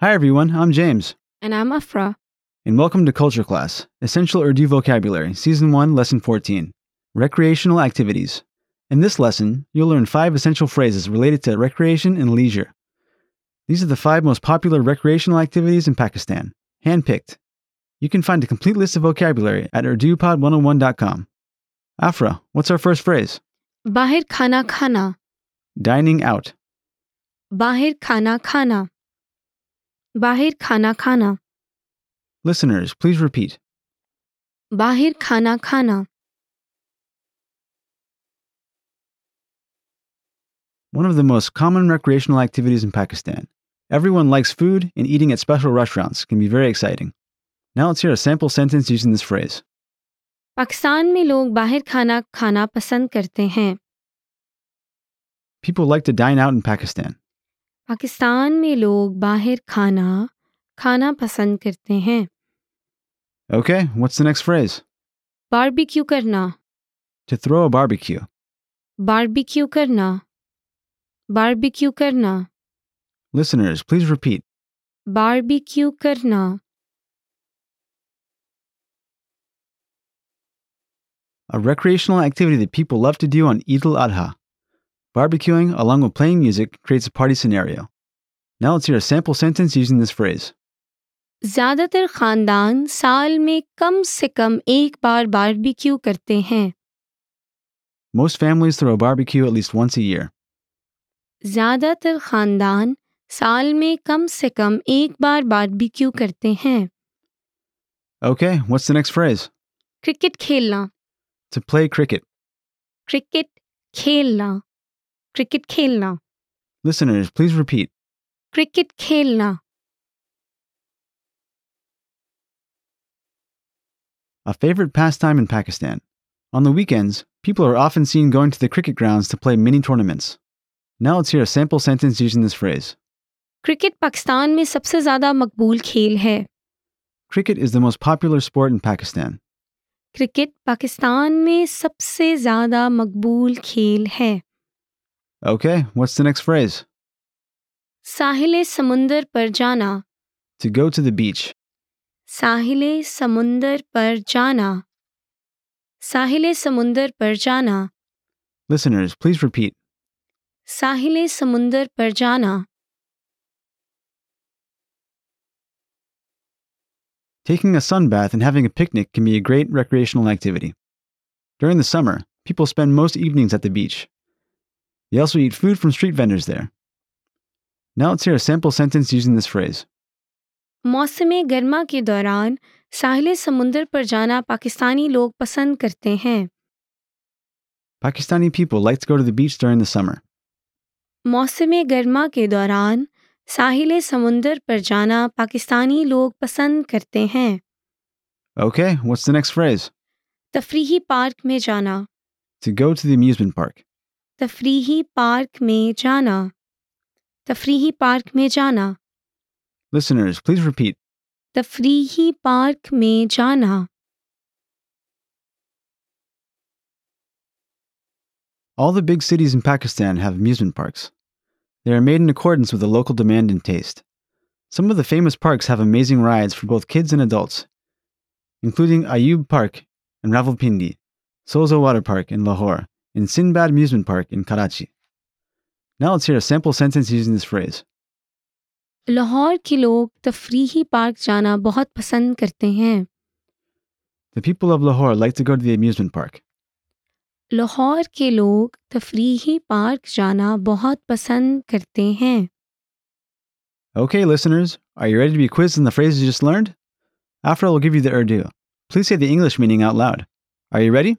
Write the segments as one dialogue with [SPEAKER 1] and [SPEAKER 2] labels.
[SPEAKER 1] Hi, everyone. I'm James,
[SPEAKER 2] And I'm Afra.
[SPEAKER 1] and welcome to Culture Class Essential Urdu Vocabulary, Season 1, Lesson 14 Recreational Activities. In this lesson, you'll learn five essential phrases related to recreation and leisure. These are the five most popular recreational activities in Pakistan, handpicked. You can find a complete list of vocabulary at urdupod101.com. Afra, what's our first phrase?
[SPEAKER 2] Bahir khana khana.
[SPEAKER 1] Dining out.
[SPEAKER 2] Bahir khana khana. Bahir khana khana.
[SPEAKER 1] Listeners, please repeat.
[SPEAKER 2] Bahir khana khana.
[SPEAKER 1] one of the most common recreational activities in Pakistan. Everyone likes food, and eating at special restaurants can be very exciting. Now let's hear a sample sentence using this phrase.
[SPEAKER 2] Pakistan में लोग बाहर खाना खाना पसंद करते हैं
[SPEAKER 1] People like to dine out in Pakistan.
[SPEAKER 2] Pakistan में लोग बाहर खाना खाना पसंद करते हैं
[SPEAKER 1] Okay, what's the next phrase?
[SPEAKER 2] Barbecue करना
[SPEAKER 1] To throw a barbecue.
[SPEAKER 2] Barbecue करना बारबेक्यू करना
[SPEAKER 1] Listeners, please repeat.
[SPEAKER 2] बारबेक्यू करना
[SPEAKER 1] A recreational activity that people love to do on Eid al Adha. Barbecuing, along with playing music, creates a party scenario. Now let's hear a sample sentence using this phrase.
[SPEAKER 2] ज्यादातर खानदान साल में कम से कम एक बार barbecue करते हैं
[SPEAKER 1] Most families throw a barbecue at least once a year.
[SPEAKER 2] ज्यादातर खानदान साल में कम से कम एक बार बारबेक्यू करते हैं
[SPEAKER 1] Okay, what's the next phrase?
[SPEAKER 2] Cricket खेलना
[SPEAKER 1] To play cricket.
[SPEAKER 2] क्रिकेट खेलना क्रिकेट खेलना
[SPEAKER 1] Listeners, please repeat.
[SPEAKER 2] क्रिकेट खेलना
[SPEAKER 1] a favorite pastime in Pakistan. On the weekends, people are often seen going to the cricket grounds to play mini tournaments. Now let's hear a sample sentence using this phrase.
[SPEAKER 2] Cricket Pakistan में सबसे ज़्यादा मकबूल खेल है
[SPEAKER 1] Cricket is the most popular sport in Pakistan.
[SPEAKER 2] Cricket Pakistan में सबसे ज़्यादा मकबूल खेल है
[SPEAKER 1] Okay, what's the next phrase?
[SPEAKER 2] साहिल समुंदर पर जाना
[SPEAKER 1] To go to the beach.
[SPEAKER 2] साहिल समुंदर पर जाना साहिल समुंदर पर जाना
[SPEAKER 1] Listeners, please repeat.
[SPEAKER 2] साहिल समुंदर पर जाना
[SPEAKER 1] Taking a sunbath and having a picnic can be a great recreational activity. During the summer, people spend most evenings at the beach. They also eat food from street vendors there. Now let's hear a sample sentence using this phrase.
[SPEAKER 2] मौसम गर्मा के दौरान साहिल समुंदर पर जाना पाकिस्तानी लोग पसंद करते हैं
[SPEAKER 1] Pakistani people like to go to the beach during the summer.
[SPEAKER 2] मौसम गर्मा के दौरान साहिल समुंदर पर जाना पाकिस्तानी लोग पसंद करते हैं
[SPEAKER 1] Okay, what's the next phrase?
[SPEAKER 2] तफरीही पार्क में जाना
[SPEAKER 1] To go to the amusement park.
[SPEAKER 2] तफरीही पार्क में जाना तफरीही पार्क में जाना
[SPEAKER 1] Listeners, please repeat.
[SPEAKER 2] तफरीही पार्क में जाना
[SPEAKER 1] All the big cities in Pakistan have amusement parks. They are made in accordance with the local demand and taste. Some of the famous parks have amazing rides for both kids and adults, including Ayub Park in Rawalpindi, Sozo Water Park in Lahore, and Sinbad Amusement Park in Karachi. Now let's hear a sample sentence using this phrase.
[SPEAKER 2] Lahore के लोग तफरीही park जाना बहुत पसंद करते हैं
[SPEAKER 1] The people of Lahore like to go to the amusement park.
[SPEAKER 2] Lahore के लोग तफरीही park जाना बहुत पसंद करते हैं
[SPEAKER 1] Okay, listeners, are you ready to be quizzed on the phrases you just learned? Afra will give you the Urdu. Please say the English meaning out loud. Are you ready?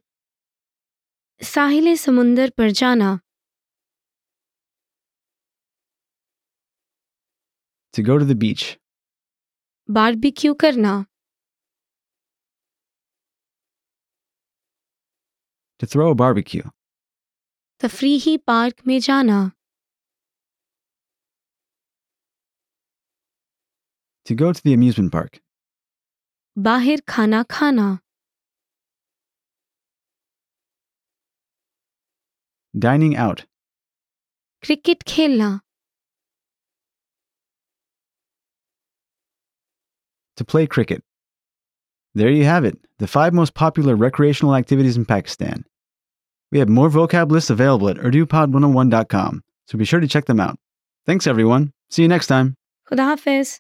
[SPEAKER 2] साहिल समुंदर पर जाना
[SPEAKER 1] To go to the beach,
[SPEAKER 2] barbecue करना
[SPEAKER 1] to throw a barbecue,
[SPEAKER 2] तफरीही park में जाना
[SPEAKER 1] to go to the amusement park,
[SPEAKER 2] बाहर खाना खाना
[SPEAKER 1] dining out,
[SPEAKER 2] क्रिकेट खेलना
[SPEAKER 1] to play cricket. There you have it, the five most popular recreational activities in Pakistan. We have more vocab lists available at urdupod101.com, so be sure to check them out. Thanks, everyone. See you next time.
[SPEAKER 2] Khuda Hafiz.